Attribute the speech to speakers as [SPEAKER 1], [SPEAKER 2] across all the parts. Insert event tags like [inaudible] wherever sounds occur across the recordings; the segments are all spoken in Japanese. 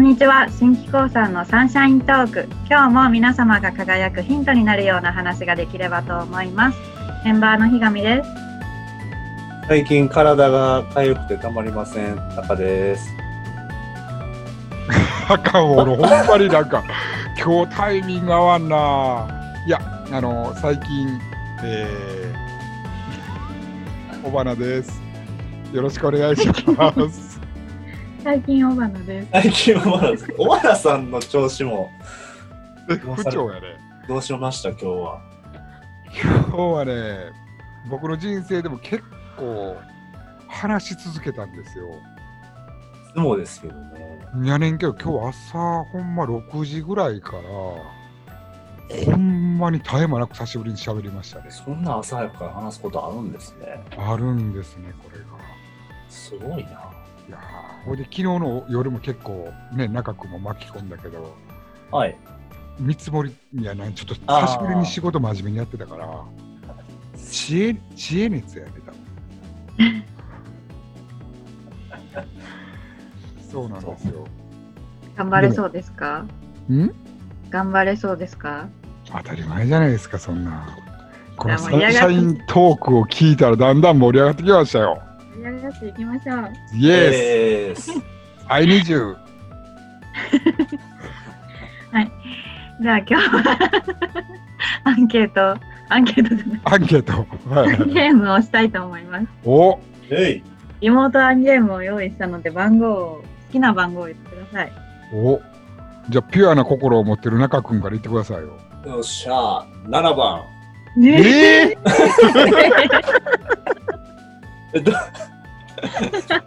[SPEAKER 1] にちは新機構さんのサンシャイントーク今日も皆様が輝くヒントになるような話ができればと思いますメンバーの日上です
[SPEAKER 2] 最近体がかゆくてたまりません。タカです。
[SPEAKER 3] あかん、俺、ほんまになんか、今日タイミング合わんな。いや、あの、最近、えー、おばなです。よろしくお願いし [laughs] ます。
[SPEAKER 1] 最近小花です
[SPEAKER 2] 最近はまだです。小原さんの調子も
[SPEAKER 3] 不調やね。
[SPEAKER 2] [laughs] どうしました今日は。
[SPEAKER 3] 今日はね、僕の人生でも結構、話し続けたんですよ。
[SPEAKER 2] 相撲ですけどね。
[SPEAKER 3] いやねんけど、今日朝、ほんま6時ぐらいから、ほんまに絶え間なく久しぶりに喋りましたね。
[SPEAKER 2] そんな朝早くから話すことあるんですね。
[SPEAKER 3] あるんですね、これが。
[SPEAKER 2] すごいな。
[SPEAKER 3] いやーほいで昨日の夜も結構ね中君も巻き込んだけど
[SPEAKER 2] はい。
[SPEAKER 3] 見積もりいやなんちょっと
[SPEAKER 2] あー
[SPEAKER 3] 久しぶりに仕事真面目にやってたから知恵知恵熱やってた
[SPEAKER 1] [laughs]
[SPEAKER 3] そうなんですよ
[SPEAKER 1] 頑張れそうですか
[SPEAKER 3] ん
[SPEAKER 1] 頑張れそうですか
[SPEAKER 3] 当たり前じゃないですかそんなこ
[SPEAKER 1] い
[SPEAKER 3] の
[SPEAKER 1] や
[SPEAKER 3] サ
[SPEAKER 1] 盛り
[SPEAKER 3] ン
[SPEAKER 1] 上が
[SPEAKER 3] シ
[SPEAKER 1] っ
[SPEAKER 3] ャ
[SPEAKER 1] て
[SPEAKER 3] イントークを聞いたらだんだん盛り上がってきましたよ
[SPEAKER 1] やりやっていきましょう
[SPEAKER 3] イエ
[SPEAKER 2] えー、
[SPEAKER 3] ス、I need you
[SPEAKER 1] じゃあ今日は [laughs] アンケートアンケートじゃない
[SPEAKER 3] アンケート、は
[SPEAKER 1] [laughs] アン
[SPEAKER 3] い、
[SPEAKER 1] ゲームをしたいと思います
[SPEAKER 3] お
[SPEAKER 2] えい。
[SPEAKER 1] 妹アンゲームを用意したので番号を好きな番号を言ってください
[SPEAKER 3] おじゃあピュアな心を持ってる中君から言ってくださいよ
[SPEAKER 2] よっしゃー。7番。
[SPEAKER 1] ね
[SPEAKER 3] ええ
[SPEAKER 2] えど
[SPEAKER 1] 八番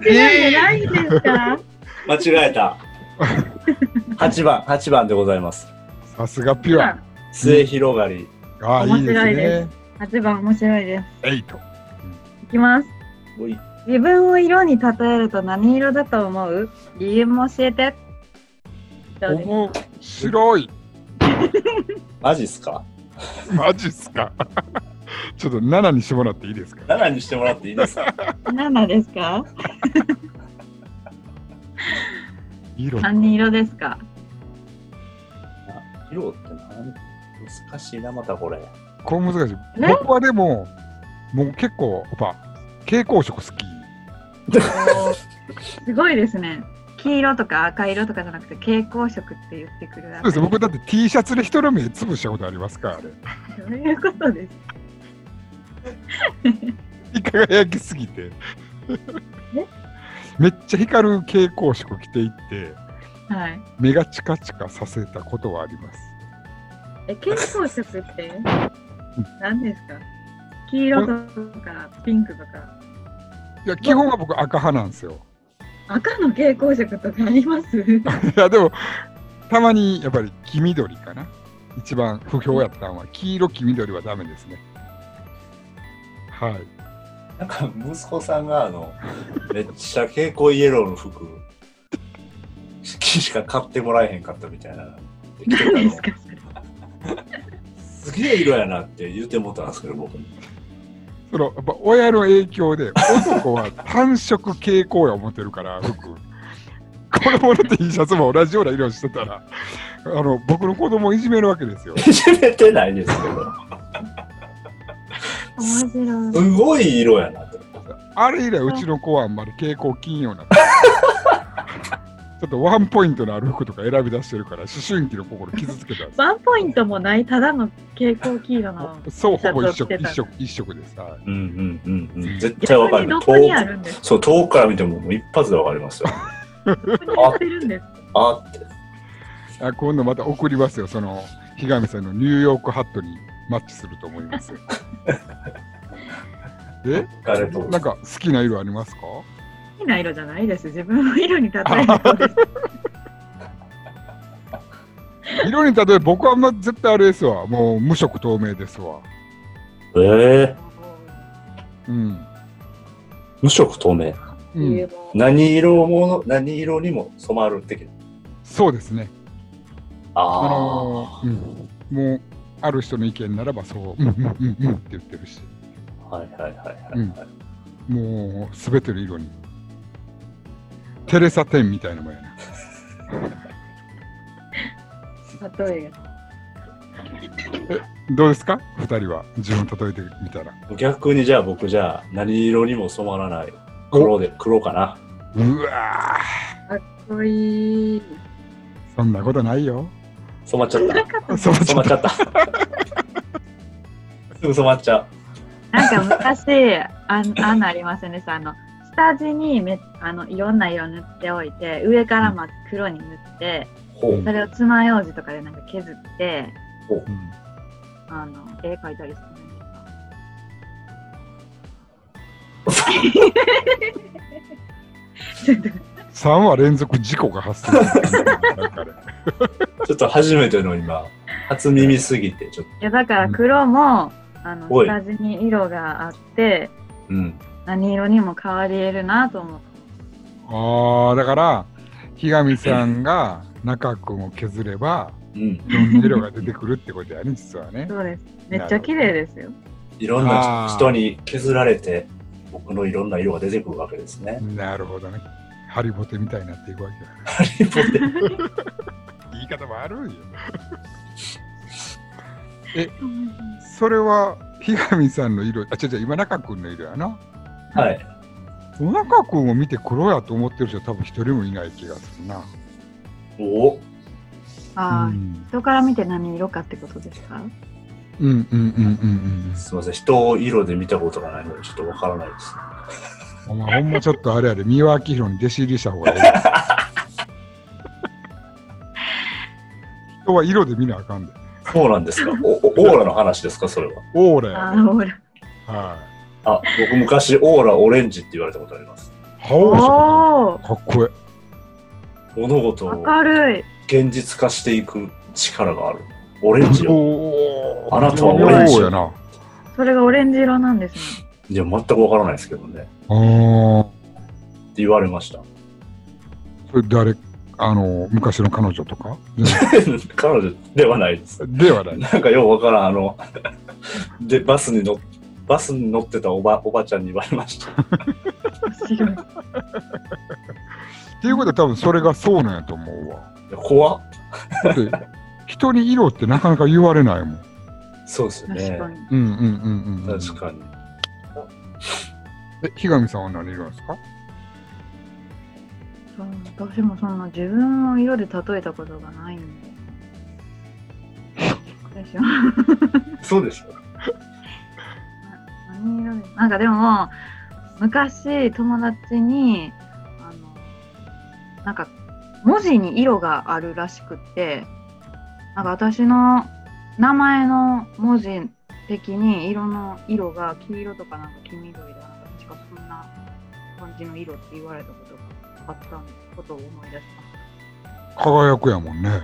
[SPEAKER 1] でないんです [laughs] か。
[SPEAKER 2] 間違え [laughs] た。8番、8番でございます。
[SPEAKER 3] さすがピュア。
[SPEAKER 2] 末広がり。
[SPEAKER 3] ああ、
[SPEAKER 1] 面
[SPEAKER 3] いいです
[SPEAKER 1] 白いで
[SPEAKER 3] ね。
[SPEAKER 1] 八番面白いです。
[SPEAKER 3] エイト。
[SPEAKER 1] いきます。
[SPEAKER 2] おい
[SPEAKER 1] 自分を色に例えると何色だと思う？理由も教えて。どうです
[SPEAKER 3] 面白い。
[SPEAKER 2] マジっすか
[SPEAKER 3] マジっすか。 [laughs] ちょっと7にしてもらっていいですか。
[SPEAKER 2] ?7 にしてもらっていいですか [laughs]
[SPEAKER 1] 七ですか？
[SPEAKER 3] 色。
[SPEAKER 1] 何色ですか？
[SPEAKER 2] 色ってなん難しいな、またこれ。
[SPEAKER 3] こう難しい。
[SPEAKER 1] ね
[SPEAKER 3] 僕はでも、もう結構、やっぱ、蛍光色好き。
[SPEAKER 1] おーすごいですね。黄色とか赤色とかじゃなくて蛍光色って言ってくるあた
[SPEAKER 3] そうで
[SPEAKER 1] り。
[SPEAKER 3] す。僕だって T シャツで人の目潰したことありますからね。
[SPEAKER 1] [laughs] そういうことです。
[SPEAKER 3] 光り輝きすぎて
[SPEAKER 1] え。
[SPEAKER 3] めっちゃ光る蛍光色着ていって、
[SPEAKER 1] はい。
[SPEAKER 3] 目がチカチカさせたことはあります。
[SPEAKER 1] え蛍光色って何ですか？黄色とかピンクとか。
[SPEAKER 3] いや、基本は僕赤派なんですよ。 [laughs]
[SPEAKER 1] 赤の蛍光色とかあります
[SPEAKER 3] いやでもたまにやっぱり黄緑かな一番不評やったのは黄色黄緑はダメですねはい
[SPEAKER 2] なんか息子さんがあの、めっちゃ蛍光イエローの服、しか買ってもらえへんかったみたいな。
[SPEAKER 1] 何ですかそれ
[SPEAKER 2] すげえ色やなって言うてもったんですけど、僕に。
[SPEAKER 3] そのやっぱ親の影響で男は単色蛍光や思ってるから服子供の T シャツも同じような色してたらあの僕の子供をいじめるわけですよ
[SPEAKER 2] いじめてないですけど、
[SPEAKER 1] 面白い
[SPEAKER 2] すごい色やなって。
[SPEAKER 3] あれ以来うちの子はあんまり蛍光金曜なってちょっとワンポイントのある服とか選び出してるから思春期の心傷つけたんです
[SPEAKER 1] ワンポイントもないただの蛍光黄色の
[SPEAKER 3] そう、ほぼ一
[SPEAKER 1] ち
[SPEAKER 3] 色、
[SPEAKER 1] ゃんと
[SPEAKER 3] 一
[SPEAKER 1] して
[SPEAKER 3] 色、一色です。は
[SPEAKER 2] う
[SPEAKER 3] い
[SPEAKER 2] んうんうんうん。絶対わか
[SPEAKER 1] 逆に
[SPEAKER 2] る。
[SPEAKER 1] ど
[SPEAKER 2] 遠
[SPEAKER 1] こにあ
[SPEAKER 2] く、
[SPEAKER 1] るんですか
[SPEAKER 2] そう、遠くから見てももう一発でわかりますよ。
[SPEAKER 1] どこに売ってるんですか
[SPEAKER 2] あって。
[SPEAKER 3] あ今度また送りますよ、その、日上さんのニューヨークハットにマッチすると思います。 [laughs] え
[SPEAKER 2] 誰と
[SPEAKER 3] なんか好きな色ありますか
[SPEAKER 1] 好きな色じゃないです自分の色に例えることです
[SPEAKER 3] 色に例えば僕はあんま絶対あれですわ。もう無色透明ですわ。
[SPEAKER 2] えー、
[SPEAKER 3] うん。
[SPEAKER 2] 無色透明。
[SPEAKER 3] う
[SPEAKER 1] 理由
[SPEAKER 3] ん、
[SPEAKER 1] も
[SPEAKER 2] 何色もの、何色にも染まる的な。
[SPEAKER 3] そうですね。あ
[SPEAKER 2] ああ。
[SPEAKER 3] のーうん、もう、ある人の意見ならばそう、うんうんうんうんって言ってるし、
[SPEAKER 2] はいはいはいはい、はい
[SPEAKER 3] もう、すべての色に。テレサ・テンみたいなもんやな。
[SPEAKER 1] 例え
[SPEAKER 3] どうですか二人は自分例えてみたら。
[SPEAKER 2] 逆にじゃあ僕じゃあ何色にも染まらない黒で黒かな。
[SPEAKER 3] うわ
[SPEAKER 1] が。かっこいい。
[SPEAKER 3] ーそんなことないよ。
[SPEAKER 2] 染まっちゃった。
[SPEAKER 3] そうち
[SPEAKER 2] [laughs] 染ま
[SPEAKER 3] ょっ
[SPEAKER 2] っちゃった。す [laughs] ぐ染まっちゃう。
[SPEAKER 1] なんか昔、あん、あんのありますね。あの、下地にめ、あの、いろんな色塗っておいて、上からまず黒に塗って、
[SPEAKER 2] ほう
[SPEAKER 1] そ。れを爪楊枝とかでなんか削って、
[SPEAKER 3] とうん
[SPEAKER 1] あの、 [laughs] 絵描いたりしてないですかちょっと
[SPEAKER 3] 3話連続事故が発生したなんかね
[SPEAKER 2] ちょっと初めての今、初耳すぎて、ちょっ
[SPEAKER 1] いやだから黒も、あの
[SPEAKER 2] おい
[SPEAKER 1] 下地に色があって
[SPEAKER 2] と。うん。
[SPEAKER 1] 何色にも変わり得るなと思って
[SPEAKER 3] ああ、だから、ひがみさんが中君を削れば、
[SPEAKER 2] うん。
[SPEAKER 3] いろんな色が出てくるってことやね、実はね。
[SPEAKER 1] そうですめっちゃ綺麗ですよ
[SPEAKER 2] いろん
[SPEAKER 3] あ
[SPEAKER 2] な
[SPEAKER 3] ー
[SPEAKER 2] 人に削られて、僕のいろんな色が出てくるわけですね。 [laughs]
[SPEAKER 3] なるほどね。ハリボテみたいになっていくわけだね。言い方もあるんよ。それは、ひがみさんの色、あ、違う違う、今中君の色やな。
[SPEAKER 2] はい。
[SPEAKER 3] 中君を見て黒やと思ってる人は多分一人もいない気がするな。
[SPEAKER 2] おお。
[SPEAKER 1] ああ、
[SPEAKER 3] うん
[SPEAKER 1] 人から見て何色かってことですか
[SPEAKER 3] うんうんうんうんうん。
[SPEAKER 2] すみません。人を色で見たことがないので、ちょっとわからないです。
[SPEAKER 3] お前ほんまちょっとあれやで、三輪明宏に弟子入りした方がいい。人は色で見なあかんで。
[SPEAKER 2] そうなんですか。おおオーラの話ですか、それは。
[SPEAKER 3] オーラ
[SPEAKER 1] あ
[SPEAKER 3] や
[SPEAKER 1] あほら
[SPEAKER 3] で。は
[SPEAKER 2] あ、僕昔オーラオレンジって言われたことあります。
[SPEAKER 3] い。覇王色
[SPEAKER 1] おお
[SPEAKER 3] かっこえ
[SPEAKER 2] 物事を
[SPEAKER 1] 明るい
[SPEAKER 2] 現実化していく力がある。オレンジ
[SPEAKER 3] え。
[SPEAKER 2] よ。
[SPEAKER 3] お
[SPEAKER 2] あなたはオレンジ
[SPEAKER 3] やな。
[SPEAKER 1] それがオレンジ色なんですね
[SPEAKER 2] いや、全くわからないですけどね。
[SPEAKER 3] あー
[SPEAKER 2] って言われました。 [laughs]
[SPEAKER 3] それ誰あの昔の彼女とか
[SPEAKER 2] 彼女ではないです。
[SPEAKER 3] ではない。
[SPEAKER 2] なんかようわからん、あの、 [laughs] で、バスに乗っバスに乗ってたおばおばちゃんに言われました。
[SPEAKER 1] 面白い
[SPEAKER 3] っていうことは多分それがそうなんやと思うわ。
[SPEAKER 2] いや怖っ
[SPEAKER 3] だって人に色ってなかなか言われないもん。
[SPEAKER 2] そうですよ
[SPEAKER 1] 確
[SPEAKER 2] ね
[SPEAKER 1] か。に、
[SPEAKER 3] うんうんうんうん。
[SPEAKER 2] 確かに。
[SPEAKER 3] え、ひがみさんは何色なんですか
[SPEAKER 1] そう私もそんな自分を色で例えたことがないんでどうでしょう
[SPEAKER 2] そうでしょ。
[SPEAKER 1] 何色ですなんかでも昔友達にあのなんか文字に色があるらしくってなんか私の名前の文字的に色の色が黄色とかなんか黄緑だなんか確かそんな感じの色って言われたことがあったことを思い出し
[SPEAKER 3] 輝くやもんね。
[SPEAKER 1] ま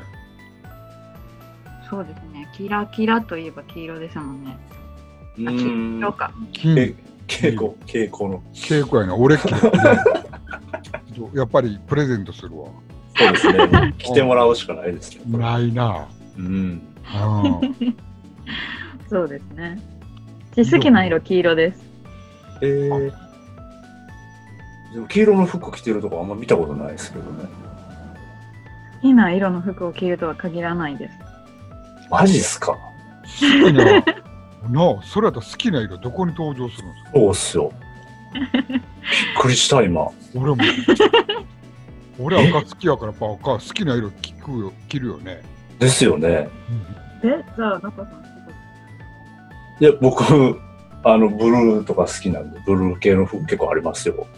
[SPEAKER 1] すそうですねキラキラといえば黄色ですもんね
[SPEAKER 2] う
[SPEAKER 1] あ
[SPEAKER 2] ー
[SPEAKER 1] 黄
[SPEAKER 2] ん
[SPEAKER 1] 色。か
[SPEAKER 3] 金
[SPEAKER 2] え稽古、稽古の。
[SPEAKER 3] 稽古やな、俺稽古 [laughs] やっぱりプレゼントするわ。
[SPEAKER 2] そうですね。来てもらうしかないですね。これ
[SPEAKER 3] ないな。
[SPEAKER 2] うん。
[SPEAKER 3] うん、
[SPEAKER 1] そうですね私好きな色黄色です
[SPEAKER 2] えー、でも黄色の服着てるとこあんま見たことないですけどね。
[SPEAKER 1] 好きな色の服を着るとは限らないです。
[SPEAKER 2] マジっすか
[SPEAKER 3] 好きな。 [laughs] なあ、それやったら好きな色どこに登場するんですか
[SPEAKER 2] そうっすよ。びっくりした、今。
[SPEAKER 3] 俺も。俺赤好きやからやっぱ赤好きな色聞くよ着るよね。
[SPEAKER 2] ですよね。
[SPEAKER 1] え、じゃあ、中さん、
[SPEAKER 2] いや、僕、あの、ブルーとか好きなんで、ブルー系の服結構ありますよ。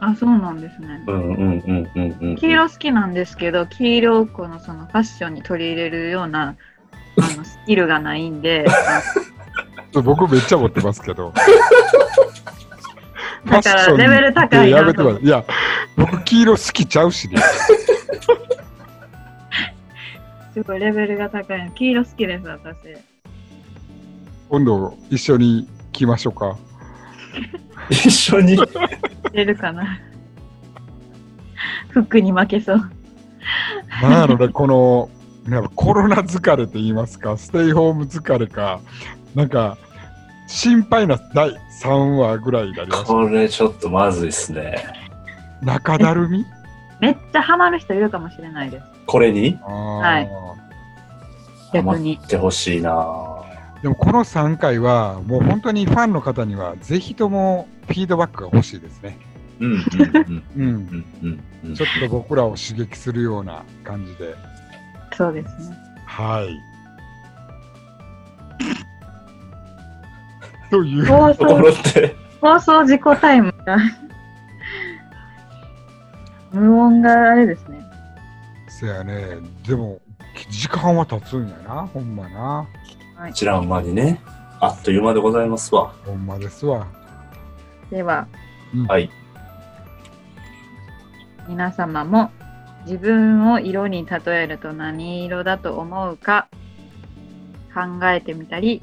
[SPEAKER 1] あ、そうなんですね。
[SPEAKER 2] うんうんうんうんうん。
[SPEAKER 1] 黄色好きなんですけど、黄色をこのそのファッションに取り入れるような。あのスキルがないんで、 [laughs]
[SPEAKER 3] ちょ僕めっちゃ持ってますけど。
[SPEAKER 1] だからレベル高い
[SPEAKER 3] や
[SPEAKER 1] な
[SPEAKER 3] めて
[SPEAKER 1] と
[SPEAKER 3] ま
[SPEAKER 1] 思っ
[SPEAKER 3] いや、僕黄色好きちゃうしね。
[SPEAKER 1] て、すごいレベルが高いの。黄色好きです、私。
[SPEAKER 3] 今度一緒に着ましょうか。
[SPEAKER 2] 一緒に。
[SPEAKER 1] 出るかな。服に負けそう。
[SPEAKER 3] なんやろね、この、なんかコロナ疲れと言いますか、ステイホーム疲れか、なんか、心配な第3話ぐらいになりました。
[SPEAKER 2] これちょっとまずいっすね。
[SPEAKER 3] 中だるみ
[SPEAKER 1] めっちゃハマる人いるかもしれないです
[SPEAKER 2] これに
[SPEAKER 1] は
[SPEAKER 3] はい
[SPEAKER 1] 逆に
[SPEAKER 2] ってほしいなぁ
[SPEAKER 3] でもこの3回はもう本当にファンの方にはぜひともフィードバックが欲しいですね。
[SPEAKER 2] うんうん
[SPEAKER 3] う、
[SPEAKER 2] うんんうんうん
[SPEAKER 3] ちょっと僕らを刺激するような感じで。
[SPEAKER 1] そうですね
[SPEAKER 3] [laughs] はい。という
[SPEAKER 1] 放
[SPEAKER 2] ところ
[SPEAKER 1] 送
[SPEAKER 2] って
[SPEAKER 1] 放送事故タイムが無音があれですね
[SPEAKER 3] せやね。でも時間は経つんやな、ほんまな。
[SPEAKER 2] 知らん間にねあっという間でございますわ
[SPEAKER 3] ほんまですわ。
[SPEAKER 1] では
[SPEAKER 2] はい
[SPEAKER 1] 皆様も自分を色に例えると何色だと思うか考えてみたり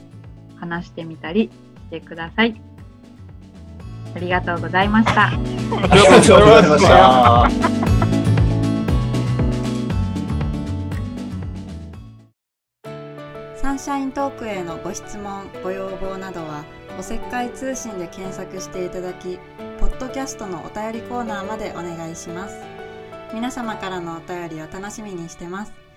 [SPEAKER 1] 話してみたりしてください。ありがとうございました。
[SPEAKER 2] ありがとうございました
[SPEAKER 4] サンシャイントークへのご質問ご要望などはおせっかい通信で検索していただきポッドキャストのお便りコーナーまでお願いします皆様からのお便りを楽しみにしてます